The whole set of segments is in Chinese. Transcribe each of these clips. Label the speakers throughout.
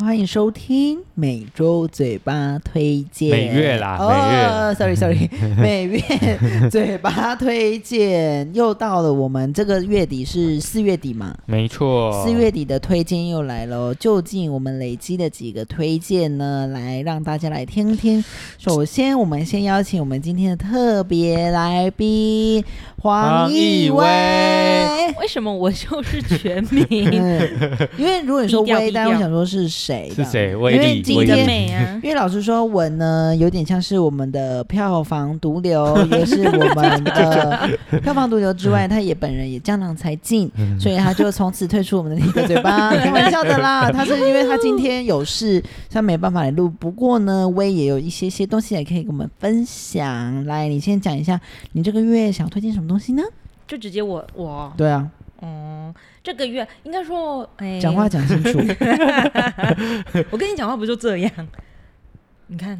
Speaker 1: 欢迎收听每周嘴巴推荐，
Speaker 2: 每月啦
Speaker 1: 哦、s o r r y sorry，每 月嘴巴推荐又到了，我们这个月底是四月底嘛？
Speaker 2: 没错，
Speaker 1: 四月底的推荐又来了哦，究竟我们累积的几个推荐呢？来让大家来听听。首先，我们先邀请我们今天的特别来宾黄
Speaker 2: 黄
Speaker 1: 奕
Speaker 2: 奕
Speaker 1: 威
Speaker 2: 威。
Speaker 3: 为什么我就是全 名？
Speaker 1: 嗯，因为如果你说
Speaker 3: 低调
Speaker 1: 威，
Speaker 3: 低
Speaker 1: 但我
Speaker 3: 调
Speaker 1: 想说是谁？啊
Speaker 2: 是谁？
Speaker 1: 因
Speaker 2: 威
Speaker 1: 为
Speaker 2: 力，
Speaker 1: 今
Speaker 2: 威
Speaker 3: 你
Speaker 1: 天
Speaker 3: 的
Speaker 2: 力，
Speaker 3: 美啊！
Speaker 1: 因为老实说，文呢有点像是我们的票房毒 瘤，也是我们 的票房毒瘤之外，他也本人也江郎才尽，
Speaker 2: 嗯
Speaker 1: 所以他就从此退出我们的你的嘴 巴。开玩笑的啦，他是因为他今天有事，他没办法来录。不过呢，威也有一些些东西也可以跟我们分享。来，你先讲一下，你这个月想推荐什么东西呢？
Speaker 3: 就直接我我
Speaker 1: 对啊，
Speaker 3: 嗯，这个月应该说，哎，
Speaker 1: 讲话，讲清 楚。
Speaker 3: 我跟你讲话不就这样？你 看，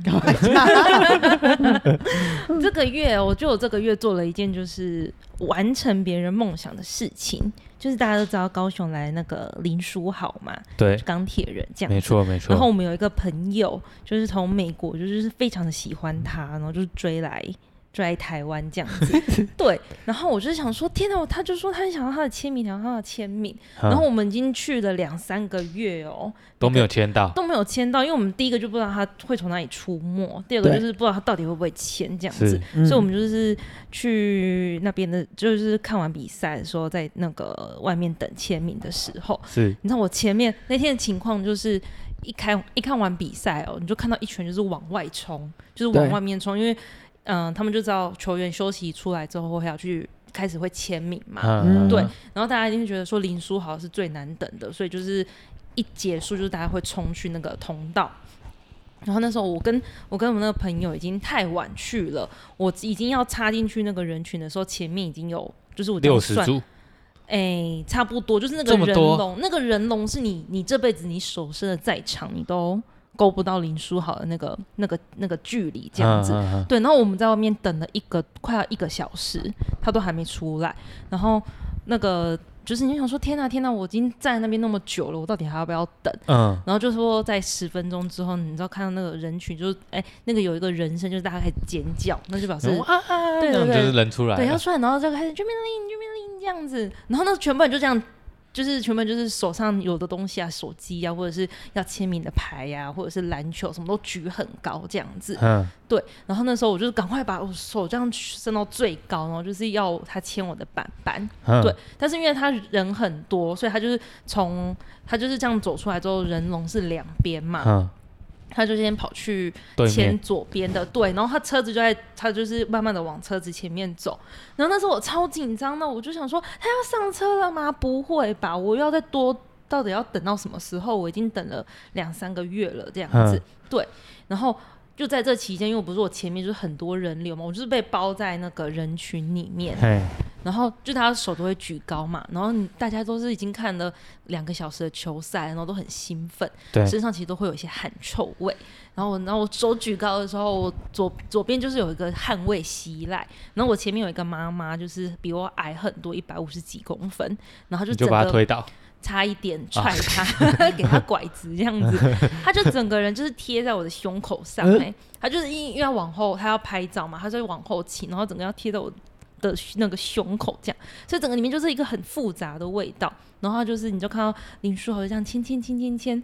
Speaker 3: 这个月我就有这个月做了一件就是完成别人梦想的事情，就是大家都知道高雄来那个林书豪嘛，
Speaker 2: 对，
Speaker 3: 钢铁人这样
Speaker 2: 没错没
Speaker 3: 然后
Speaker 2: 错，
Speaker 3: 我们有一个朋友，就是从美国，就是非常的喜欢他，然后就是追来追来台湾这样 子。对，然后我就想说，天哪！他就说他很想要他的签名，想要他的签名。然后
Speaker 2: 嗯
Speaker 3: 我们已经去了两三个月哦，
Speaker 2: 都没有签到，
Speaker 3: 都没有签到，因为我们第一个就不知道他会从哪里出没，第二个
Speaker 1: 对
Speaker 3: 就是不知道他到底会不会签这样子
Speaker 2: 是。
Speaker 1: 嗯
Speaker 3: 所以我们就是去那边的，就是看完比赛的时候，在那个外面等签名的时候，
Speaker 2: 是，
Speaker 3: 你知道我前面那天的情况就是。一看一看完比赛哦，你就看到一群就是往外冲，就是往
Speaker 1: 对
Speaker 3: 外面冲，因为嗯、呃他们就知道球员休息出来之后会要去开始会签名嘛，
Speaker 2: 嗯，
Speaker 3: 对然后大家一定会觉得说林书豪是最难等的，所以就是一结束就是大家会冲去那个通道。然后那时候我跟我跟我那个朋友已经太晚去了，我已经要插进去那个人群的时候，前面已经有就是我这样
Speaker 2: 六十
Speaker 3: 算
Speaker 2: 株，
Speaker 3: 哎、差不多就是那个
Speaker 2: 这么
Speaker 3: 人
Speaker 2: 多
Speaker 3: 龙，那个人龙是你你这辈子你手伸的再长，你都够不到林书豪的那个那个那个距离这样子。
Speaker 2: 嗯，嗯嗯
Speaker 3: 对，然后我们在外面等了一个快要一个小时，他都还没出来。然后那个就是你想说，天呐天呐，我已经站在那边那么久了，我到底还要不要等？
Speaker 2: 嗯，
Speaker 3: 然后就说在十分钟之后，你知道看到那个人群，就是哎、那个有一个人声，就是大家开始尖叫，那就表示、
Speaker 2: 然后啊啊，
Speaker 3: 对
Speaker 2: 那
Speaker 3: 对
Speaker 2: 种就
Speaker 3: 对
Speaker 2: 是人出来
Speaker 3: 对，要
Speaker 2: 了，
Speaker 3: 出来，然后就开始 j u m i l i n j u m i l i n 这样子，然后那全部人就这样，就是全部人就是手上有的东西啊，手机啊，或者是要签名的牌呀、或者是篮球，什么都举很高这样 子。
Speaker 2: 嗯，
Speaker 3: 对，然后那时候我就是赶快把我手这样伸到最高，然后就是要他签我的板板。
Speaker 2: 嗯
Speaker 3: 对，但是因为他人很多，所以他就是从他就是这样走出来之后，人龙是两边嘛，
Speaker 2: 嗯，
Speaker 3: 他就先跑去
Speaker 2: 对
Speaker 3: 牵
Speaker 2: 面，
Speaker 3: 左边的，对，然后他车子就在，他就是慢慢的往车子前面走。然后那时候我超紧张的，我就想说他要上车了吗？不会吧，我要再多，到底要等到什么时候？我已经等了两三个月了，这样子，
Speaker 2: 嗯
Speaker 3: 对。然后就在这期间，因为我不是我前面就是很多人流嘛，我就是被包在那个人群里面，
Speaker 2: 嘿，
Speaker 3: 然后就大家手都会举高嘛，然后你大家都是已经看了两个小时的球赛，然后都很兴奋，
Speaker 2: 对
Speaker 3: 身上其实都会有一些汗臭味。然后我，然后我手举高的时候，我左左边就是有一个汗味袭来，然后我前面有一个妈妈，就是比我矮很多，一百五十几公分，然后她
Speaker 2: 你就
Speaker 3: 就整
Speaker 2: 把他
Speaker 3: 个
Speaker 2: 推倒，
Speaker 3: 差一点踹她， 给她拐子这样子，她就整个人就是贴在我的胸口上、
Speaker 1: 嗯
Speaker 3: 哎、她就是因因为要往后，她要拍照嘛，她就往后倾，然后整个要贴在我的那个胸口这样，所以整个里面就是一个很复杂的味道。然后就是你就看到林书豪就这样牵牵牵牵牵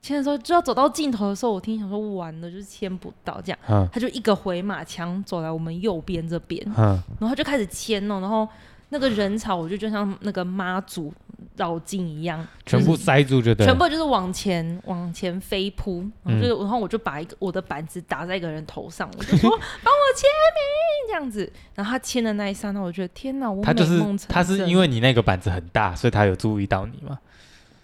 Speaker 3: 牵的时候，就要走到尽头的时候，我听想说完了就是牵不到这样，
Speaker 2: 嗯
Speaker 3: 他就一个回马枪走来我们右边这边，
Speaker 2: 嗯，
Speaker 3: 然后就开始牵哦，然后那个人潮我就就像那个妈祖绕境一样，
Speaker 2: 全部塞住就对嗯了，
Speaker 3: 全部就是往前往前飞扑，然后就是、然后我就把一个我的板子打在一个人头上，我就说帮我签名这样子，然后他签的那一刹那，我觉得天哪，我
Speaker 2: 他就
Speaker 3: 美
Speaker 2: 是
Speaker 3: 梦成
Speaker 2: 他是
Speaker 3: 真
Speaker 2: 因为你那个板子很大，所以他有注意到你嘛？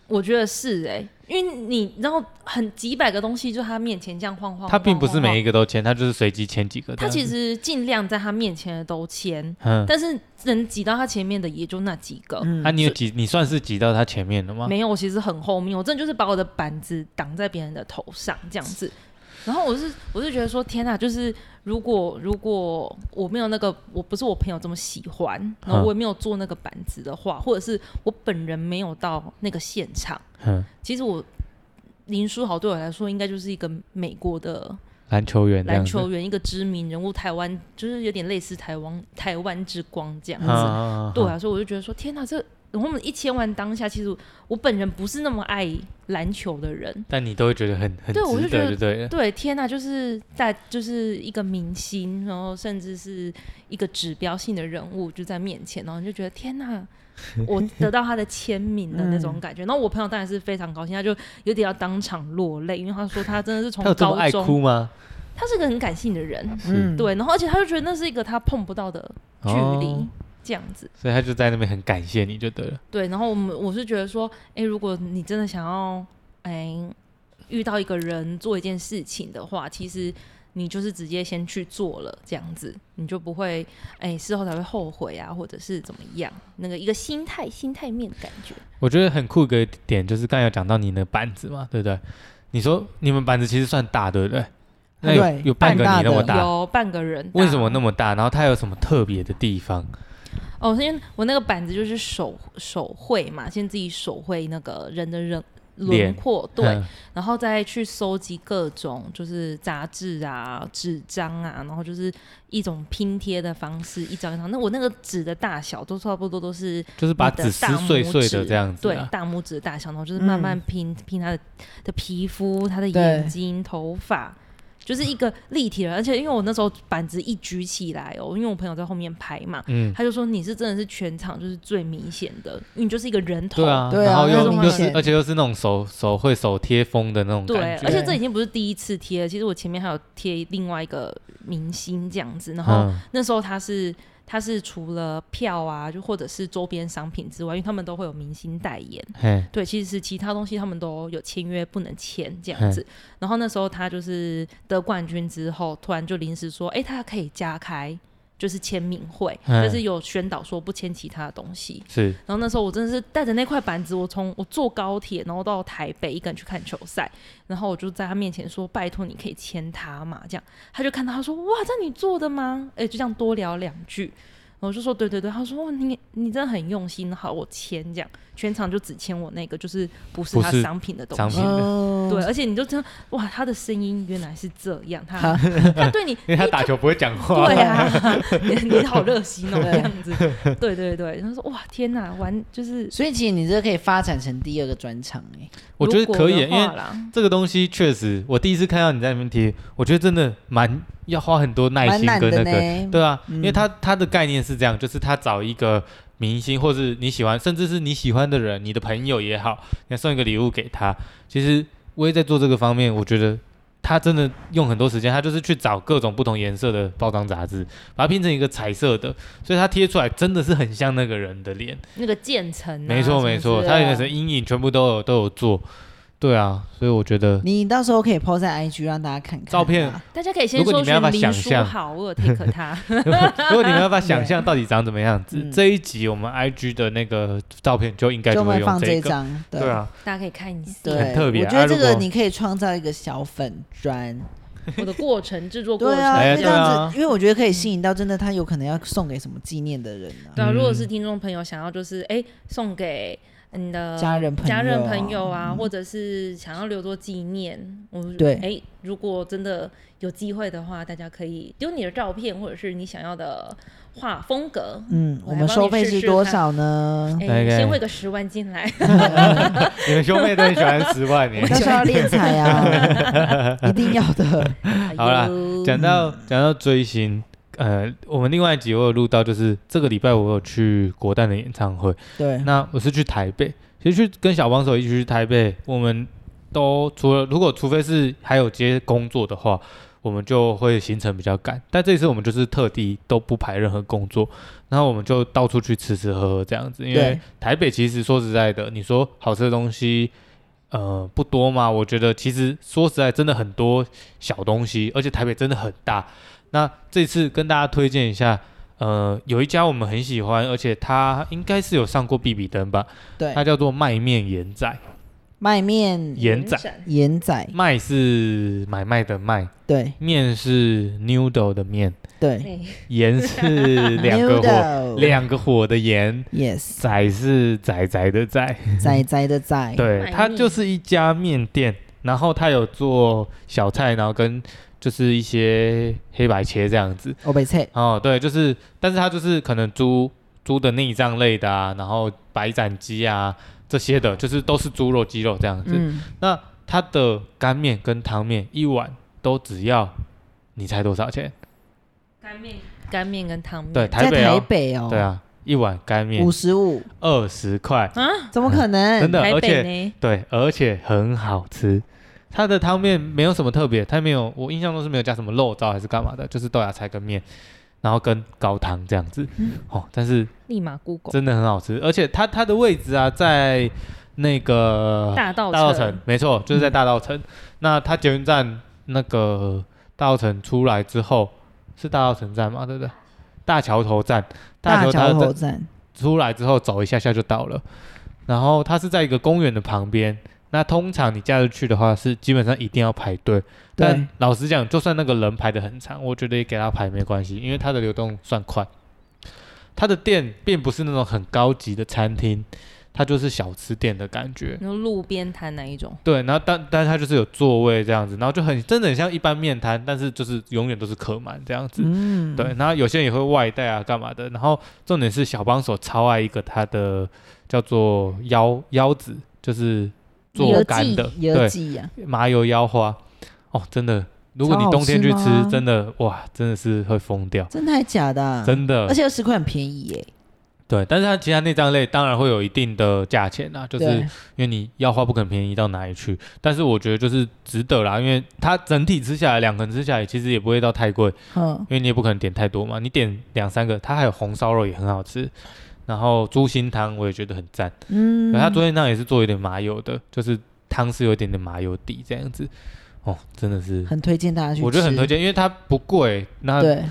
Speaker 3: 我觉得是哎、因为你然后很几百个东西就他面前这样晃晃，
Speaker 2: 他并不是每
Speaker 3: 一
Speaker 2: 一个都签，他就是随机签几个这
Speaker 3: 哦他
Speaker 2: 样子。
Speaker 3: 其实尽量在他面前的都签，
Speaker 2: 嗯，
Speaker 3: 但是能挤到他前面的也就那几个。
Speaker 1: 嗯
Speaker 2: 啊，你有挤，你算是挤到他前面了吗？
Speaker 3: 没有，我其实很后面，我真的就是把我的板子挡在别人的头上这样子，然后我是我是觉得说，天哪，就是如果如果我没有那个，我不是我朋友这么喜欢，然后我也没有做那个板子的话，或者是我本人没有到那个现场，
Speaker 2: 嗯，
Speaker 3: 其实我林书豪对我来说，应该就是一个美国的
Speaker 2: 篮球员这样
Speaker 3: 篮
Speaker 2: 子，
Speaker 3: 球员，一个知名人物，台湾就是有点类似台湾台湾之光这样子。
Speaker 2: 啊啊啊啊
Speaker 3: 对我来说，我就觉得说，天哪，这我们一千万当下，其实我本人不是那么爱篮球 的人，
Speaker 2: 但你都会觉得很很
Speaker 3: 对我
Speaker 2: 值
Speaker 3: 就觉
Speaker 2: 得，
Speaker 3: 得
Speaker 2: 就对了。
Speaker 3: 对，天呐，就是在就是一个明星，然后甚至是一个指标性的人物就在面前，然后你就觉得 天呐，我得到他的签名的那
Speaker 2: 嗯
Speaker 3: 种感觉。然后我朋友当然是非常高兴，他就有点要当场落泪，因为他说他真的是从
Speaker 2: 他有这么
Speaker 3: 高
Speaker 2: 爱
Speaker 3: 中，
Speaker 2: 哭吗？
Speaker 3: 他是个很感性的人，
Speaker 1: 嗯，
Speaker 3: 对，然后而且他就觉得那是一个他碰不到的距离。
Speaker 2: 哦
Speaker 3: 这样子，
Speaker 2: 所以他就在那边很感谢你就对了。
Speaker 3: 对，然后我们我是觉得说，哎、如果你真的想要，哎、遇到一个人做一件事情的话，其实你就是直接先去做了，这样子你就不会，哎、事后才会后悔啊，或者是怎么样，那个一个心态心态面的感觉。
Speaker 2: 我觉得很酷一个点就是刚才有讲到你的板子嘛，对不对？你说你们板子其实算大，对不对？那有
Speaker 1: 对
Speaker 2: 有半个你那么
Speaker 1: 蛮
Speaker 2: 大，
Speaker 3: 有半个人，
Speaker 2: 为什么那
Speaker 3: 么？
Speaker 2: 么大？然后它有什么特别的地方？
Speaker 3: 哦，是因为我那个板子就是手手绘嘛，先自己手绘那个人的人轮
Speaker 2: 脸
Speaker 3: 廓，对，
Speaker 2: 嗯
Speaker 3: 然后再去收集各种就是杂志啊、纸张啊，然后就是一种拼贴的方式，一张一张。那我那个纸的大小都差不多都是
Speaker 2: 就是把
Speaker 3: 你的
Speaker 2: 纸撕
Speaker 3: 大
Speaker 2: 碎
Speaker 3: 拇
Speaker 2: 碎的
Speaker 3: 指
Speaker 2: 这样子
Speaker 3: 对
Speaker 2: 啊。
Speaker 3: 大拇指的大小，然后就是慢慢拼、拼他的的皮肤、他的眼睛、头发，就是一个立体的。而且因为我那时候板子一举起来哦，因为我朋友在后面拍嘛，
Speaker 2: 嗯，
Speaker 3: 他就说你是真的是全场就是最明显的，因为你就是一个人头。
Speaker 2: 对啊，
Speaker 1: 对啊
Speaker 2: 然后
Speaker 1: 那
Speaker 2: 又
Speaker 3: 很
Speaker 2: 又
Speaker 3: 明
Speaker 2: 是
Speaker 1: 显
Speaker 2: 而且又是那种手手绘手贴风的那种
Speaker 3: 对，
Speaker 2: 感觉，
Speaker 3: 而且这已经不是第一次贴了，其实我前面还有贴另外一个明星这样子，然后
Speaker 2: 嗯
Speaker 3: 那时候他是他是除了票啊，就或者是周边商品之外，因为他们都会有明星代言，
Speaker 2: 嘿，
Speaker 3: 对，其实是其他东西他们都有签约不能签这样子。然后那时候他就是得冠军之后，突然就临时说，哎、他可以加开。就是签名会，
Speaker 2: 嗯
Speaker 3: 但是有宣导说不签其他的东西。
Speaker 2: 是
Speaker 3: 然后那时候我真的是带着那块板子，我从我坐高铁，然后到台北一个人去看球赛，然后我就在他面前说：“拜托，你可以签他嘛？”这样，他就看到他说：“哇，这你做的吗？”哎，就这样多聊两句，然后我就说：“对对对。”他说：“哇，你你真的很用心，好，我签。”这样，全场就只签我那个，就是不是
Speaker 2: 不
Speaker 3: 他
Speaker 2: 是
Speaker 3: 商品的东
Speaker 2: 商
Speaker 3: 西
Speaker 2: 品。的
Speaker 1: 哦
Speaker 3: 对，，而且你就知道，哇，他的声音原来是这样，他他 对你，
Speaker 2: 因为他打球不会讲话，
Speaker 3: 对啊，你你好热心哦，这样子，对对对，他说哇天哪，玩就是
Speaker 1: 所以其实你这可以发展成第二个专场哎，
Speaker 2: 我觉得
Speaker 3: 如果
Speaker 2: 可以，
Speaker 3: 的
Speaker 2: 因
Speaker 3: 话
Speaker 2: 为
Speaker 3: 啦
Speaker 2: 这个东西确实，我第一次看到你在里面贴，我觉得真的蛮要花很多耐
Speaker 1: 蛮
Speaker 2: 心
Speaker 1: 难
Speaker 2: 跟
Speaker 1: 的
Speaker 2: 那个，
Speaker 1: 呢。
Speaker 2: 对啊，
Speaker 1: 嗯
Speaker 2: 因为他他的概念是这样，就是他找一个明星，或是你喜欢，甚至是你喜欢的人，你的朋友也好，你要送一个礼物给他。其实我也在做这个方面，我觉得他真的用很多时间，他就是去找各种不同颜色的包装杂志，把它拼成一个彩色的，所以他贴出来真的是很像那个人的脸。
Speaker 3: 那个渐层、啊，
Speaker 2: 没错没错，
Speaker 1: 之类
Speaker 2: 他
Speaker 1: 的
Speaker 2: 有什么阴影全部都有都有做。对啊，所以我觉得
Speaker 1: 你到时候可以 PO 在 IG 让大家看看啊
Speaker 2: 照片
Speaker 3: 大家可以先
Speaker 2: 如果
Speaker 3: 搜
Speaker 2: 你没办法
Speaker 3: 寻林
Speaker 2: 想
Speaker 3: 书
Speaker 2: 象
Speaker 3: 豪，我有 take 他，
Speaker 2: 如果如果你没办法想象到底长怎么样子，
Speaker 1: 嗯
Speaker 2: 这一集我们 IG 的那个照片就应该
Speaker 1: 就
Speaker 2: 会
Speaker 1: 会放
Speaker 2: 用
Speaker 1: 这一
Speaker 2: 个。
Speaker 1: 张，
Speaker 2: 对啊，
Speaker 3: 大家可以看一下
Speaker 1: 对，
Speaker 2: 很特别
Speaker 1: 我觉
Speaker 2: 啊
Speaker 1: 得这
Speaker 2: 如果
Speaker 1: 个你可以创造一个小粉砖，
Speaker 3: 我的过程制作过
Speaker 1: 对
Speaker 3: 程。
Speaker 1: 啊，因
Speaker 2: 哎
Speaker 1: 为
Speaker 2: 对
Speaker 1: 这
Speaker 2: 啊
Speaker 1: 样子，因为我觉得可以吸引到真的他有可能要送给什么纪念的人啊，
Speaker 3: 对啊，如果
Speaker 2: 嗯
Speaker 3: 是听众朋友想要就是哎、送给你的
Speaker 1: 家人朋友啊
Speaker 3: 家人朋友啊，
Speaker 2: 嗯
Speaker 3: 或者是想要留作纪念，我
Speaker 1: 对
Speaker 3: 哎、如果真的有机会的话，大家可以丢你的照片或者是你想要的画风格。
Speaker 1: 嗯，
Speaker 3: 我
Speaker 1: 我
Speaker 3: 来
Speaker 1: 们
Speaker 3: 帮
Speaker 1: 收
Speaker 3: 你
Speaker 1: 费
Speaker 3: 试
Speaker 1: 是
Speaker 3: 试
Speaker 1: 多
Speaker 3: 看
Speaker 1: 少呢？
Speaker 3: 哎、
Speaker 2: 大概
Speaker 3: 先汇个十万进来，
Speaker 2: 你们兄妹都很喜欢十万年
Speaker 1: 到。时候要练财啊， 一定要的。
Speaker 2: 好啦
Speaker 3: 哎呦
Speaker 2: 讲到
Speaker 1: 嗯
Speaker 2: 讲到追星，呃，我们另外一集我有录到，就是这个礼拜我有去国蛋的演唱会，
Speaker 1: 对，
Speaker 2: 那我是去台北，其实去跟小帮手一起去台北，我们都除了如果除非是还有接工作的话，我们就会行程比较赶。但这一次我们就是特地都不排任何工作，然后我们就到处去吃吃喝喝这样子。因为
Speaker 1: 对
Speaker 2: 台北其实说实在的，你说好吃的东西。呃，不多嘛，我觉得其实说实在，真的很多小东西，而且台北真的很大。那这次跟大家推荐一下，呃，有一家我们很喜欢，而且它应该是有上过必比登吧，
Speaker 1: 对
Speaker 2: 它叫做麦面盐仔。
Speaker 1: 卖面
Speaker 2: 延展
Speaker 3: 展
Speaker 1: 盐仔，
Speaker 2: 卖是买卖的卖，
Speaker 1: 对
Speaker 2: 面是 noodle 的面，
Speaker 1: 对
Speaker 3: 哎
Speaker 2: 盐是两个火，
Speaker 1: ，noodle
Speaker 2: 两个火的盐，
Speaker 1: yes，
Speaker 2: 仔是仔仔的仔，
Speaker 1: 仔仔的仔，
Speaker 2: 对，
Speaker 3: 卖
Speaker 2: 它
Speaker 3: 面
Speaker 2: 就是一家面店，然后它有做小菜，然后跟就是一些黑白切这样子。
Speaker 1: 欧北菜，
Speaker 2: 哦，对，就是，但是它就是可能猪猪的内脏类的啊，然后白斩鸡啊这些的，就是都是猪肉、鸡肉这样子。
Speaker 1: 嗯，
Speaker 2: 那它的干面跟汤面一碗都只要，你猜多少钱？
Speaker 3: 干面、干面跟汤面，
Speaker 2: 对，
Speaker 1: 在
Speaker 2: 台北
Speaker 1: 台
Speaker 2: 哦，
Speaker 1: 北哦，
Speaker 2: 对，啊，一碗干面
Speaker 1: 五十五，
Speaker 2: 二十块，
Speaker 3: 啊，
Speaker 1: 怎么可能？
Speaker 2: 真的
Speaker 3: 台
Speaker 2: 而且
Speaker 3: 北呢？
Speaker 2: 对，而且很好吃。它的汤面没有什么特别，它没有，我印象中是没有加什么肉燥还是干嘛的，就是豆芽菜跟面，然后跟高汤这样子。
Speaker 3: 嗯
Speaker 2: 哦，但是
Speaker 3: 立马 Google
Speaker 2: 真的很好吃，而且它它的位置啊，在那个
Speaker 3: 大嗯道
Speaker 2: 大道城，没错，就是在大道城。那它捷运站那个大道城出来之后，是大道城站吗？对不对？大桥头站，
Speaker 1: 大
Speaker 2: 桥
Speaker 1: 桥
Speaker 2: 头
Speaker 1: 头
Speaker 2: 站
Speaker 1: 站，
Speaker 2: 出来之后走一下下就到了。然后它是在一个公园的旁边。那通常你假日去的话，是基本上一定要排队。
Speaker 1: 对
Speaker 2: 但，老实讲，就算那个人排的很长，我觉得也给他排没关系，因为他的流动算快。他的店并不是那种很高级的餐厅，它就是小吃店的感觉。
Speaker 3: 你说路边摊那一种，
Speaker 2: 对，然后但但是它就是有座位这样子，然后就很真的很像一般面摊，但是就是永远都是客满这样子。
Speaker 1: 嗯，
Speaker 2: 对，，然后有些人也会外带啊，干嘛的。然后重点是小帮手超爱一个他的叫做腰腰子，就是做
Speaker 1: 油
Speaker 2: 干
Speaker 1: 记
Speaker 2: 的，
Speaker 1: 油
Speaker 2: 对，
Speaker 1: 记啊呀，
Speaker 2: 麻油腰花。哦，真的，如果
Speaker 1: 超
Speaker 2: 你
Speaker 1: 好
Speaker 2: 冬天
Speaker 1: 吃
Speaker 2: 去
Speaker 1: 吗
Speaker 2: 吃，真的哇，真的是会疯掉，
Speaker 1: 真的还假的啊？
Speaker 2: 真的嗯
Speaker 1: 而。且二十块很便宜耶，
Speaker 2: 对，但是它其他内脏类当然会有一定的价钱啊，就是
Speaker 1: 对
Speaker 2: 因为你腰花不肯便宜到哪里去。但是我觉得就是值得啦，因为它整体吃下来，两个人吃下来其实也不会到太贵。
Speaker 1: 嗯，
Speaker 2: 因为你也不可能点太多嘛，你点两三个，它还有红烧肉也很好吃，然后猪心汤我也觉得很赞，
Speaker 1: 嗯，
Speaker 2: 然后它猪心汤也是做有点麻油的，就是汤是有一点点麻油底这样子，哦，真的是，
Speaker 1: 很推荐大家去吃，
Speaker 2: 我觉得很推荐，因为它不贵，那
Speaker 1: 对，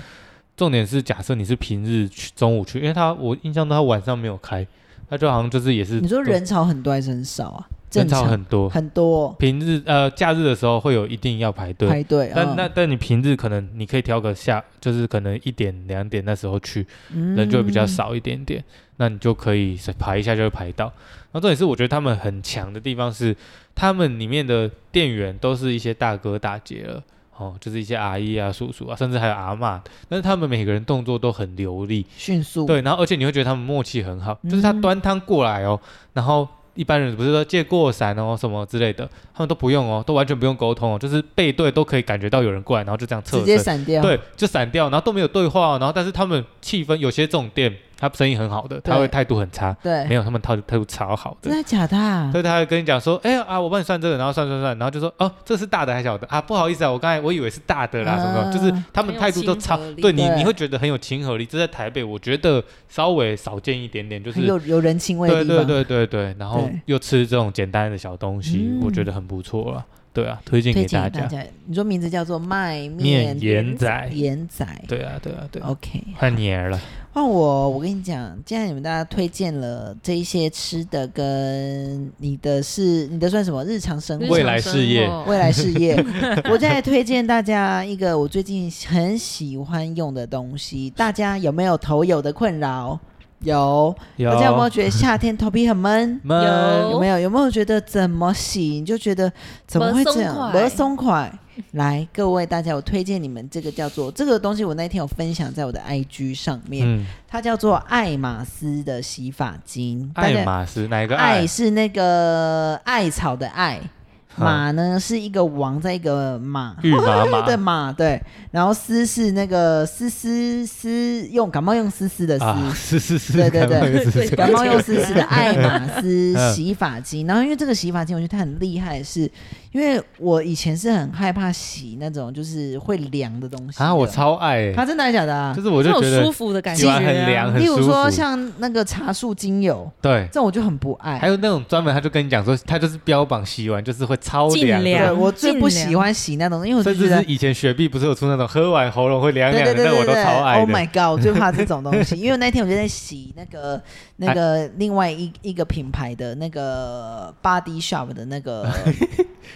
Speaker 2: 重点是假设你是平日去中午去，因为它我印象中它晚上没有开，它就好像就是也是
Speaker 1: 你说人潮很多还是很少啊？
Speaker 2: 人
Speaker 1: 正
Speaker 2: 潮
Speaker 1: 常
Speaker 2: 很多，
Speaker 1: 很多
Speaker 2: 平日呃假日的时候会有一定要排队，
Speaker 1: 排队，
Speaker 2: 但
Speaker 1: 嗯
Speaker 2: 那但你平日可能你可以挑个下，就是可能一点两点那时候去。人就会比较，少一点点，那你就可以是排一下就会排到。然后重点是，我觉得他们很强的地方是，他们里面的店员都是一些大哥大姐了，哦，就是一些阿姨啊、叔叔啊，甚至还有阿嬷。但是他们每个人动作都很流利
Speaker 1: 嗯，迅速，
Speaker 2: 对，然后而且你会觉得他们默契很好，就是他
Speaker 1: 嗯
Speaker 2: 端汤过来哦，然后一般人不是说借过伞哦什么之类的，他们都不用哦，都完全不用沟通哦，就是背对都可以感觉到有人过来，然后就这样侧
Speaker 1: 直
Speaker 2: 身
Speaker 1: 接闪掉，
Speaker 2: 对，就散掉，然后都没有对话哦，然后但是他们气氛有些这种店，他生意很好的，他
Speaker 1: 对
Speaker 2: 会态度很差，没
Speaker 1: 对，
Speaker 2: 有他们态度态度超好
Speaker 1: 真
Speaker 2: 的，
Speaker 1: 的假的啊？
Speaker 2: 所以他会跟你讲说，哎、啊，我帮你算这个，然后算算算，然后就说，哦，这是大的还是小的啊？不好意思啊，我刚才我以为是大的啦，什么
Speaker 1: 啊
Speaker 2: 的，就是他们态度都超
Speaker 3: 很有亲和力，
Speaker 2: 对你
Speaker 1: 对
Speaker 2: 你会觉得很有亲和力，这在台北我觉得稍微少见一点点，就
Speaker 1: 很
Speaker 2: 是。
Speaker 1: 有有人情味的
Speaker 2: 对
Speaker 1: 地
Speaker 2: 对
Speaker 1: 方，
Speaker 2: 对对对，然后
Speaker 1: 对
Speaker 2: 又吃这种简单的小东西，
Speaker 1: 嗯
Speaker 2: 我觉得很不错了。对啊，推荐
Speaker 1: 推
Speaker 2: 给
Speaker 1: 荐
Speaker 2: 大
Speaker 1: 给大
Speaker 2: 家。
Speaker 1: 家。你说名字叫做卖
Speaker 2: 面
Speaker 1: 盐
Speaker 2: 盐仔，
Speaker 1: 盐仔，
Speaker 2: 对啊对啊对啊，
Speaker 1: ，OK。
Speaker 2: 换你儿了。
Speaker 1: 换我，我跟你讲，既然你们大家推荐了这一些吃的，跟你的是你的算什么日常生活
Speaker 3: 日
Speaker 2: 未
Speaker 3: 常
Speaker 2: 来
Speaker 3: 生
Speaker 2: 事业
Speaker 3: 活
Speaker 1: 未来事 业，我再来推荐大家一个我最近很喜欢用的东西。大家有没有头油的困扰？有，
Speaker 2: 有
Speaker 1: 大家有没有觉得夏天头皮很闷？
Speaker 2: 闷
Speaker 3: 有
Speaker 1: 有没有？有没有觉得怎么洗你就觉得怎么会这样？
Speaker 3: 没
Speaker 1: 没松
Speaker 3: 松
Speaker 1: 快。来，各位大家，我推荐你们这个叫做这个东西，我那天有分享在我的 IG 上面，
Speaker 2: 嗯，
Speaker 1: 它叫做爱马仕的洗发精。大家
Speaker 2: 爱马仕哪一个
Speaker 1: 艾
Speaker 2: 爱？
Speaker 1: 是那个艾草的艾，
Speaker 2: 嗯
Speaker 1: 马呢是一个王在一个马
Speaker 2: 玉麻麻
Speaker 1: 的马， 对，然后丝是那个丝丝丝用感冒用丝丝的丝。
Speaker 2: 啊，是是是，
Speaker 1: 对对对
Speaker 2: 看那个是
Speaker 3: 对
Speaker 2: 是
Speaker 1: 感冒用丝丝的爱马仕
Speaker 2: 嗯
Speaker 1: 洗发精，然后因为这个洗发精，我觉得它很厉害是，因为我以前是很害怕洗那种就是会凉的东西
Speaker 2: 啊，我
Speaker 1: 的，
Speaker 2: 超爱、
Speaker 1: 他
Speaker 2: 欸，
Speaker 1: 真的还假的啊
Speaker 2: 就？是我
Speaker 3: 这
Speaker 2: 就
Speaker 3: 种
Speaker 2: 觉
Speaker 3: 舒
Speaker 2: 得
Speaker 3: 服的感
Speaker 2: 洗
Speaker 3: 觉、啊，
Speaker 2: 完很凉，很
Speaker 1: 例如
Speaker 2: 舒
Speaker 1: 说
Speaker 2: 服。
Speaker 1: 像那个茶树精油，
Speaker 2: 对，
Speaker 1: 这种我就很不爱。
Speaker 2: 还有那种专门他就跟你讲说，他就是标榜洗完就是会超凉
Speaker 3: 尽
Speaker 2: 的，
Speaker 1: 对
Speaker 3: 量
Speaker 1: 我最不
Speaker 3: 尽量
Speaker 1: 喜欢洗那种，因为我就
Speaker 2: 甚
Speaker 1: 觉
Speaker 2: 至
Speaker 1: 得
Speaker 2: 是以前雪碧不是有出那种喝完喉咙会凉
Speaker 1: 对
Speaker 2: 凉
Speaker 1: 对
Speaker 2: 的，
Speaker 1: 对对
Speaker 2: 那我都
Speaker 1: 对
Speaker 2: 超爱
Speaker 1: ，Oh
Speaker 2: 的。
Speaker 1: my god，我最怕这种 东西，因为那天我就在洗那个那个另外一一个品牌的那个 Body Shop 的那 个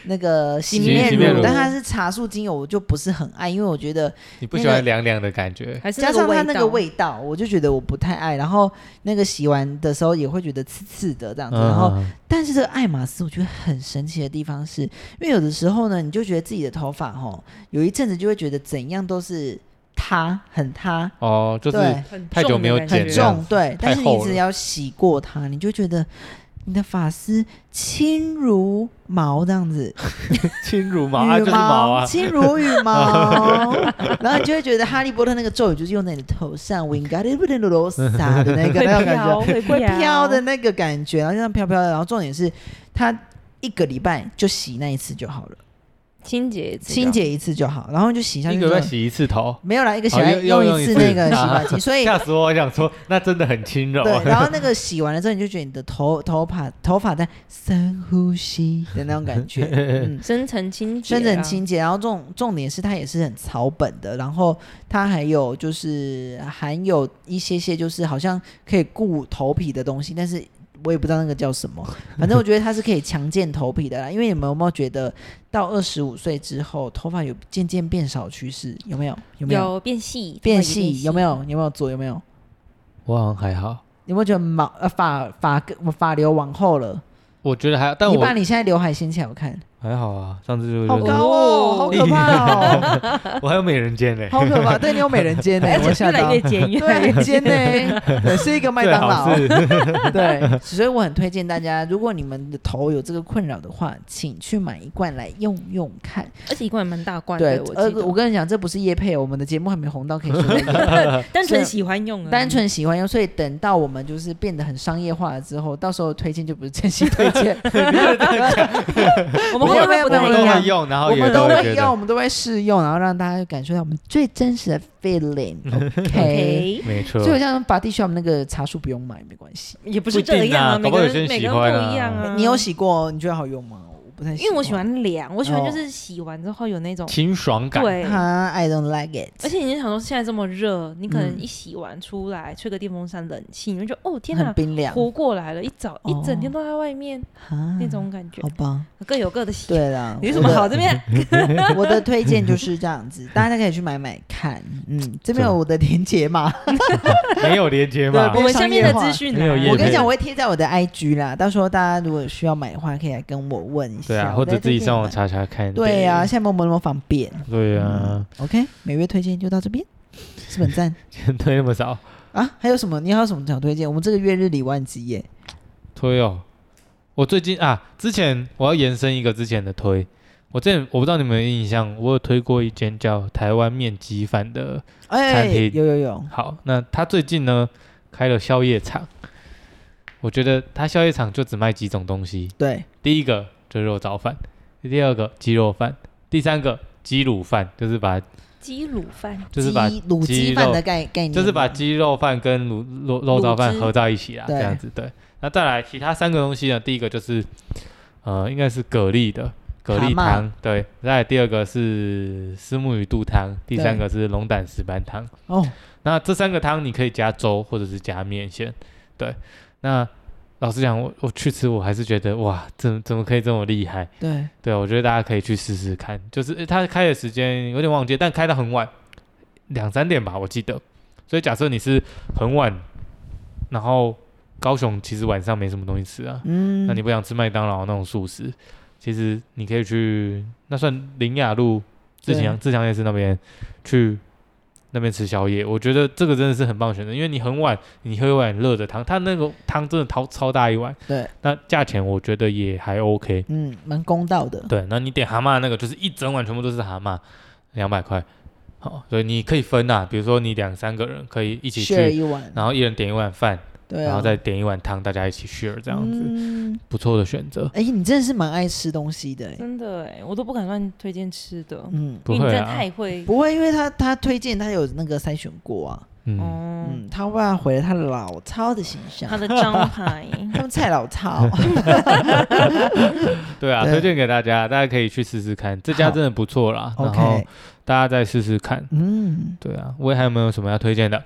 Speaker 1: 那个洗
Speaker 3: 洗
Speaker 1: 面
Speaker 3: 洗面
Speaker 1: 乳
Speaker 3: 乳，
Speaker 1: 但它是茶树精油，我就不是很爱，因为我觉得
Speaker 2: 你不
Speaker 1: 那
Speaker 2: 喜
Speaker 1: 个
Speaker 2: 欢凉凉的感觉？
Speaker 3: 还是
Speaker 1: 加上它那个
Speaker 3: 道，
Speaker 1: 味道，我就觉得我不太爱。然后那个洗完的时候也会觉得刺刺的这样子，然后
Speaker 2: 嗯
Speaker 1: 但是这个爱马仕，我觉得很神奇的地方是，因为有的时候呢，你就觉得自己的头发吼，有一阵子就会觉得怎样都是塌，很塌，
Speaker 2: 哦，就是
Speaker 1: 对，
Speaker 3: 很
Speaker 2: 太久
Speaker 3: 重的
Speaker 2: 没有
Speaker 3: 感
Speaker 2: 剪
Speaker 1: 很
Speaker 3: 觉
Speaker 2: 这样
Speaker 1: 重，对。但是
Speaker 2: 太
Speaker 1: 你
Speaker 2: 厚了
Speaker 1: 只要洗过它，你就觉得你的发丝轻如毛这样子，
Speaker 2: 轻 如毛啊，
Speaker 1: 羽
Speaker 2: 就是毛啊，
Speaker 1: 轻如羽 毛，然后你就会觉得哈利波特那个咒语就是用在你的头上 w i n g a r d i u m Leviosa 的那个
Speaker 3: 会
Speaker 1: 那种感觉
Speaker 3: 飘，，会
Speaker 1: 会飘的那个感觉，然后就这样飘飘的。然后重点是，它一个礼拜就洗那一次就好了，
Speaker 3: 清洁一次就啊好
Speaker 1: 清洁一次就好，然后就洗下去
Speaker 2: 一
Speaker 1: 就
Speaker 2: 个。月洗一次头，
Speaker 1: 没有啦，一个洗
Speaker 2: 哦
Speaker 1: 完
Speaker 2: 又又
Speaker 1: 用一次
Speaker 2: 用一
Speaker 1: 那
Speaker 2: 次
Speaker 1: 个
Speaker 2: 啊
Speaker 1: 洗发精，所以
Speaker 2: 吓死我！我想说，那真的很轻柔。
Speaker 1: 对，然后那个洗完了之后，你就觉得你的头头发头发在深呼吸的那种感 觉，嗯，
Speaker 3: 深层清洁、啊，
Speaker 1: 深层清洁，然后重重点是它也是很草本的，然后它还有就是含有一些些就是好像可以固头皮的东西，但是我也不知道那个叫什 么，反正我觉得它是可以强健头皮的啦。因为你们有没有觉得到二十五岁之后，头发有渐渐变少趋势？有没有？有没有？
Speaker 3: 有变细，
Speaker 1: 变
Speaker 3: 头发也
Speaker 1: 细？有没有？有没有做？有没有？
Speaker 2: 我好像还好，
Speaker 1: 有没有觉得毛呃发发根发流往后了？
Speaker 2: 我觉得还好，但
Speaker 1: 你
Speaker 2: 我
Speaker 1: 把你现在刘海掀起来，我看，
Speaker 2: 还好啊。上次就
Speaker 1: 好
Speaker 2: 觉得
Speaker 1: 高哦，好可怕哦，
Speaker 2: 我还有美人尖嘞，
Speaker 1: 好可怕！对你有美人尖呢、
Speaker 2: 哎
Speaker 3: 而
Speaker 1: 我
Speaker 3: 且
Speaker 1: 吓
Speaker 3: 越
Speaker 1: 到
Speaker 3: 来。越尖，越来越
Speaker 1: 对，尖呢、对，是一个麦
Speaker 2: 最
Speaker 1: 当
Speaker 2: 好
Speaker 1: 劳。
Speaker 2: 是
Speaker 1: 对，所以我很推荐大家，如果你们的头有这个困扰的话，请去买一罐来用用看。
Speaker 3: 而且一罐也蛮大罐
Speaker 1: 对
Speaker 3: 的，，我
Speaker 1: 呃
Speaker 3: 记，得
Speaker 1: 我跟你讲，这不是叶配，我们的节目还没红到可以说业配，
Speaker 3: 单纯喜欢用而已，啊
Speaker 1: 单纯喜欢用。所以等到我们就是变得很商业化了之后，到时候推荐就不是真心推荐，
Speaker 3: 我们会
Speaker 1: 没
Speaker 3: 不会
Speaker 1: 有
Speaker 3: 不
Speaker 2: 我
Speaker 1: 没有没有
Speaker 2: 们都
Speaker 3: 太一
Speaker 1: 没有
Speaker 3: 样？
Speaker 2: 会用，然后
Speaker 1: 我
Speaker 2: 哦也
Speaker 1: 们都
Speaker 2: 觉
Speaker 1: 会用，我
Speaker 2: 得
Speaker 1: 们都会试用，然后让大家感受到我们最真实的 feeling。OK。
Speaker 3: OK，
Speaker 2: 没错
Speaker 1: 所以，我像把地区我们那个茶树不用买，没关系。
Speaker 3: 也不
Speaker 2: 不
Speaker 3: 是
Speaker 2: 一
Speaker 3: 这
Speaker 2: 定
Speaker 3: 样
Speaker 2: 啊
Speaker 3: 每
Speaker 2: 搞不好
Speaker 3: 个
Speaker 2: 有
Speaker 3: 人
Speaker 2: 些人
Speaker 3: 每
Speaker 2: 喜
Speaker 3: 个人不
Speaker 2: 欢
Speaker 3: 一
Speaker 2: 啊
Speaker 3: 样啊。
Speaker 1: 你有洗过，你觉得好用吗？我不太，
Speaker 3: 因为我喜。欢凉，我喜欢就是洗完之后有那种
Speaker 2: 清爽感。
Speaker 3: 对，
Speaker 1: 哦哈，I don't like it。
Speaker 3: 而且你就想说现在这么热，你可能
Speaker 1: 嗯
Speaker 3: 一洗完出来吹个电风扇冷气，你就觉得哦天
Speaker 1: 很
Speaker 3: 哪，
Speaker 1: 冰凉，
Speaker 3: 活过来了，一早一整天都在外面
Speaker 1: 啊
Speaker 3: 那种感觉
Speaker 1: 好，吧？
Speaker 3: 各有各的喜。
Speaker 1: 对啦，
Speaker 3: 有什么好这 边？
Speaker 1: 我的？我的推荐就是这样子，大家可以去买买看。嗯，这边有我的链接 嘛？
Speaker 2: 没有连接嘛
Speaker 1: 对
Speaker 3: 我？们下面的
Speaker 1: 商业化
Speaker 3: 资讯
Speaker 2: 没有业
Speaker 3: 栏，
Speaker 2: 配
Speaker 1: 我跟你讲，我会贴在我的 IG 啦，到时候大家如果需要买的话，可以来跟我问一下。
Speaker 2: 对啊，
Speaker 1: 我
Speaker 2: 或者
Speaker 1: 再
Speaker 2: 自己
Speaker 1: 推荐
Speaker 2: 上
Speaker 1: 买
Speaker 2: 网。查查看。
Speaker 1: 对呀、嗯啊，，现在某某那么方便。
Speaker 2: 对 呀，
Speaker 1: OK，每月推荐就到这边，是本 站
Speaker 2: 推那么少，
Speaker 1: 啊。还有什么？你还有什么想推荐？我们这个月日理万机耶。
Speaker 2: 推哦。我最近啊，之前我要延伸一个之前的推，我之前我不知道你们有没有印象，我有推过一间叫台湾面鸡饭的
Speaker 1: 哎
Speaker 2: 产，品
Speaker 1: 有有有，
Speaker 2: 好，那他最近呢开了宵夜场，我觉得他宵夜场就只卖几种东西，
Speaker 1: 对，
Speaker 2: 第一个就是肉燥饭，第二个鸡肉饭，第三个鸡卤饭，就是把
Speaker 3: 鸡卤饭，
Speaker 2: 就是把
Speaker 1: 鸡卤
Speaker 2: 鸡
Speaker 1: 鸡饭
Speaker 2: 肉
Speaker 1: 的概概念，
Speaker 2: 就是把鸡肉饭跟卤肉肉燥
Speaker 3: 卤
Speaker 2: 饭
Speaker 3: 汁
Speaker 2: 合在一起啦，
Speaker 1: 对
Speaker 2: 这样子对。那再来其他三个东西呢，第一个就是呃应该是蛤蜊的蛤
Speaker 1: 蛤
Speaker 2: 蜊
Speaker 1: 蟆
Speaker 2: 汤，对。再来第二个是丝木鱼肚汤，第三
Speaker 1: 对
Speaker 2: 个是龙胆石斑汤。
Speaker 1: 哦，
Speaker 2: 那这三个汤你可以加粥或者是加面线，对。那老实讲，我我去吃我还是觉得哇，怎怎么可以这么厉害？
Speaker 1: 对，
Speaker 2: 对，我觉得大家可以去试试看，就是呃它开的时间有点忘记，但开到很晚，两三点吧，我记得。所以假设你是很晚，然后高雄其实晚上没什么东西吃啊，
Speaker 1: 嗯，
Speaker 2: 那你不想吃麦当劳那种素食，其实你可以去那算林雅路自强自强夜市那边去那边吃宵夜，我觉得这个真的是很棒的选择，因为你很晚你喝一碗热的汤，它那个汤真的超超大一碗，
Speaker 1: 对，
Speaker 2: 那价钱我觉得也还 OK，
Speaker 1: 嗯，蛮公道的。
Speaker 2: 对，那你点蛤蟆那个就是一整碗全部都是蛤蟆，两百块。好，所以你可以分呐、比如说你两三个人可以一起
Speaker 1: share
Speaker 2: 去，
Speaker 1: 一碗，
Speaker 2: 然后一人点一碗饭，
Speaker 1: 对啊，
Speaker 2: 然后再点一碗汤，大家一起 share 这样子，
Speaker 1: 嗯
Speaker 2: 不错的选择。
Speaker 1: 哎、你真的是蛮爱吃东西的、欸，
Speaker 3: 真的哎，我都不敢乱推荐吃的，
Speaker 1: 嗯，
Speaker 2: 不
Speaker 3: 因为
Speaker 2: 会
Speaker 3: 你真的
Speaker 2: 啊，
Speaker 3: 太会哦
Speaker 1: 不会，因为他他推荐他有那个筛选过啊，
Speaker 2: 嗯，
Speaker 3: 哦，
Speaker 1: 嗯，他为了回了他老超的形象
Speaker 3: 他，的招牌。
Speaker 1: 他们菜老 超，
Speaker 2: 对啊，
Speaker 1: 对
Speaker 2: 推荐给大家，大家可以去试试看，这家
Speaker 1: 好
Speaker 2: 真的不错啦。然后
Speaker 1: OK，
Speaker 2: 大家再试试看。
Speaker 1: 嗯，
Speaker 2: 对啊，我也还有没有什么要推荐的？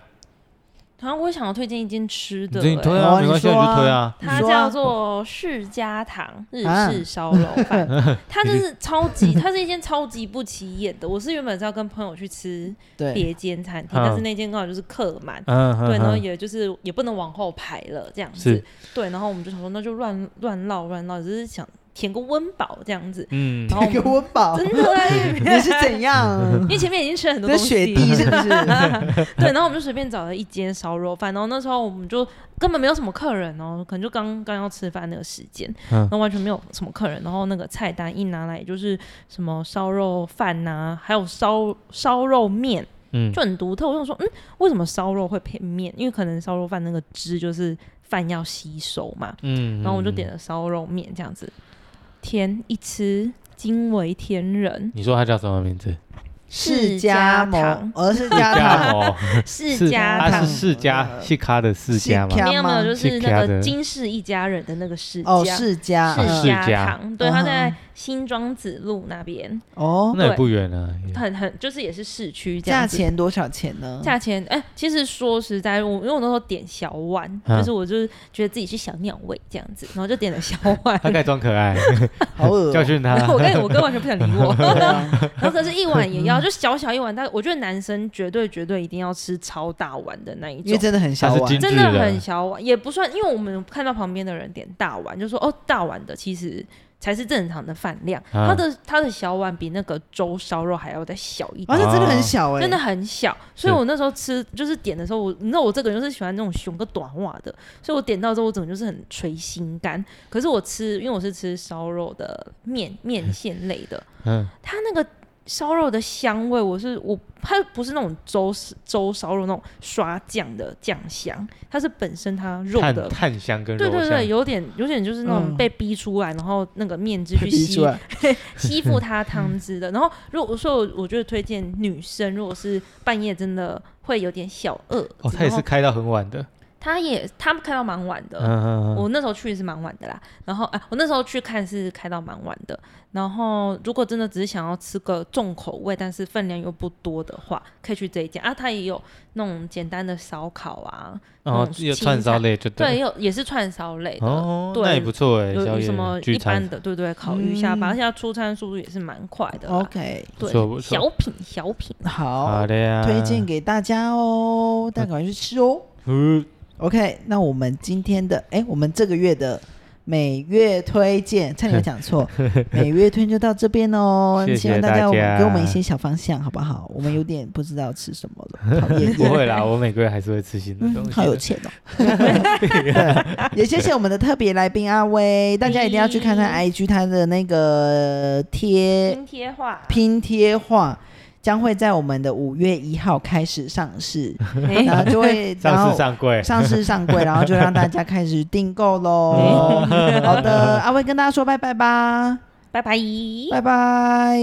Speaker 3: 然后我也想要推荐一间吃的
Speaker 2: 你自己
Speaker 3: 欸，
Speaker 2: 推
Speaker 1: 好
Speaker 2: 啊，
Speaker 1: 啊
Speaker 2: 没关系，
Speaker 1: 你说
Speaker 2: 你
Speaker 1: 啊
Speaker 2: 就推啊。
Speaker 3: 它
Speaker 1: 你说啊
Speaker 3: 叫做世家堂日
Speaker 1: 啊
Speaker 3: 式烧肉 饭，它就是超级，它是一间超级不起眼的。我是原本是要跟朋友去吃
Speaker 1: 对，
Speaker 3: 别间餐厅，
Speaker 2: 嗯
Speaker 3: 但是那间刚好就是客满，
Speaker 2: 嗯，嗯
Speaker 3: 对，然后
Speaker 2: 嗯
Speaker 3: 也就是也不能往后排了这样
Speaker 2: 是
Speaker 3: 子，对，然后我们就想说那就乱乱闹乱闹，只是想填个温饱这样子，
Speaker 2: 嗯，
Speaker 3: 然后我
Speaker 1: 给
Speaker 3: 们
Speaker 1: 我饱，
Speaker 3: 真的啊，因
Speaker 1: 你
Speaker 3: 为
Speaker 1: 是怎样
Speaker 3: 因？为前面已经吃了很多
Speaker 1: 那
Speaker 3: 东西，
Speaker 1: 雪地是不是？
Speaker 3: 对，然后我们就随便找了一间烧肉饭，然后那时候我们就根本没有什么客人哦，可能就刚刚要吃饭那个时间，
Speaker 2: 嗯
Speaker 3: 然后完全没有什么客人，然后那个菜单一拿来就是什么烧肉饭呐、还有烧烧肉面，
Speaker 2: 嗯
Speaker 3: 就很独特。我想说，嗯，为什么烧肉会配面？因为可能烧肉饭那个汁就是饭要吸收嘛，
Speaker 2: 嗯，
Speaker 3: 然后我就
Speaker 2: 嗯
Speaker 3: 点。了烧肉面这样子，天一吃惊为天 人，
Speaker 2: 你说它叫什么名字？
Speaker 1: 世家
Speaker 3: 世家
Speaker 1: 盟
Speaker 3: 堂，
Speaker 1: 而世家
Speaker 2: 家
Speaker 1: 堂，
Speaker 2: 哦，
Speaker 3: 世
Speaker 1: 家
Speaker 2: 它
Speaker 3: 堂
Speaker 1: 堂。
Speaker 2: 是世家，
Speaker 1: 呃
Speaker 2: 是咖的世家
Speaker 1: 世
Speaker 2: 嘛
Speaker 1: 家？
Speaker 3: 没有没有，
Speaker 1: 吗
Speaker 3: 就是
Speaker 2: 是家
Speaker 3: 那
Speaker 2: 的
Speaker 3: 个金氏一家人的那个世家，啊
Speaker 1: 哦，世家，
Speaker 2: 世
Speaker 1: 嗯
Speaker 2: 家
Speaker 3: 家堂，对，
Speaker 1: 嗯
Speaker 3: 它在新庄子路那边，
Speaker 1: 哦，
Speaker 2: 那也
Speaker 3: 对
Speaker 2: 不远啊，也
Speaker 3: 很很就是也是市区这
Speaker 1: 价
Speaker 3: 样子。
Speaker 1: 钱多少钱呢？
Speaker 3: 价钱哎、其实说实在，我因为我那时候点小碗，
Speaker 2: 嗯
Speaker 3: 就是我就是觉得自己是小鸟胃这样子，然后就点了小碗。
Speaker 2: 他该装可爱，
Speaker 1: 好恶哦，
Speaker 2: 教训他。
Speaker 3: 我跟我哥完全不想理 我，
Speaker 1: 对啊，
Speaker 3: 然后可是一碗也要，就小小一碗，但我觉得男生绝对绝对一定要吃超大碗的那一
Speaker 1: 因为
Speaker 3: 种，
Speaker 1: 真的很小啊
Speaker 2: 它是
Speaker 1: 碗
Speaker 2: 金，
Speaker 3: 真
Speaker 2: 致的
Speaker 3: 很小碗，也不算，因为我们看到旁边的人点大碗，就说哦，大碗的其实才是正常的饭量，
Speaker 2: 啊
Speaker 3: 它的它的小碗比那个粥烧肉还要再小一
Speaker 1: 啊，
Speaker 3: 点。
Speaker 1: 那真的很小哎，
Speaker 3: 真的很小，所以
Speaker 2: 是
Speaker 3: 我那时候吃就是点的时候，我你知道我这个人就是喜欢那种熊个短袜的，所以我点到之后我整个就是很垂心肝。可是我吃，因为我是吃烧肉的面面线类的，
Speaker 2: 嗯，
Speaker 3: 它那个烧肉的香味，我是我它不是那种粥粥烧肉那种刷酱的酱香，它是本身它肉
Speaker 2: 炭
Speaker 3: 的。
Speaker 2: 炭香跟
Speaker 3: 对
Speaker 2: 肉
Speaker 3: 对
Speaker 2: 香
Speaker 3: 对，，有点有点就是
Speaker 1: 嗯
Speaker 3: 那种被逼出来，然后那 个 面汁去
Speaker 1: 逼
Speaker 3: 吸
Speaker 1: 出来，
Speaker 3: 吸附它汤汁的。然后如果说我我觉得推荐女生，如果是半夜真的会有点小饿，
Speaker 2: 哦，他也是，开到很晚的。
Speaker 3: 他也他们开到蛮晚的，
Speaker 2: 嗯嗯嗯
Speaker 3: 我那时候去是蛮晚的啦，然后啊，我那时候去看是开到蛮晚的。然后如果真的只是想要吃个重口味，但是分量又不多的话，可以去这一家啊。它也有那种简单的烧烤啊，
Speaker 2: 嗯，哦
Speaker 3: 那，种
Speaker 2: 有
Speaker 3: 青
Speaker 2: 串烧
Speaker 3: 菜，
Speaker 2: 类就
Speaker 3: 对，也
Speaker 2: 了。
Speaker 3: 有也是串烧类的。
Speaker 2: 哦，
Speaker 3: 对
Speaker 2: 那也不错哎，
Speaker 3: 有
Speaker 2: 宵
Speaker 3: 有
Speaker 2: 夜
Speaker 3: 什么
Speaker 2: 聚
Speaker 3: 一般
Speaker 2: 餐，
Speaker 3: 的，对对，烤鱼下
Speaker 1: 嗯
Speaker 3: 巴，而且它出餐速度也是蛮快的啦。
Speaker 1: OK，
Speaker 2: 不
Speaker 3: 对
Speaker 2: 错不，错
Speaker 3: 小品小品，
Speaker 1: 好
Speaker 2: 好，的呀，
Speaker 1: 推荐给大家
Speaker 2: 啊
Speaker 1: 哦，大家赶快去吃哦。
Speaker 2: 嗯
Speaker 1: OK，那我们今天的，哎，我们这个月的每月推荐，差点讲 错，每月推荐就到这边哦。
Speaker 2: 谢谢
Speaker 1: 希望大
Speaker 2: 大
Speaker 1: 家我
Speaker 2: 家
Speaker 1: 们给我们一些小方向，好不好？我们有点不知道吃什么 了，讨厌。
Speaker 2: 不会啦，我每个月还是会吃新的东
Speaker 1: 嗯，
Speaker 2: 西。
Speaker 1: 好有钱哦！ 对也谢谢我们的特别来宾阿威，大家一定要去看他 IG 他的那个贴
Speaker 3: 拼贴画，
Speaker 1: 拼贴画，将会在我们的五月一号开始上市，
Speaker 3: 哎
Speaker 1: 然后就会然
Speaker 2: 上
Speaker 1: 后
Speaker 2: 市上柜，
Speaker 1: 上市上柜，然后就让大家开始订购喽。
Speaker 2: 嗯
Speaker 1: 好的，阿威跟大家说拜拜吧，
Speaker 3: 拜拜。
Speaker 1: 拜拜。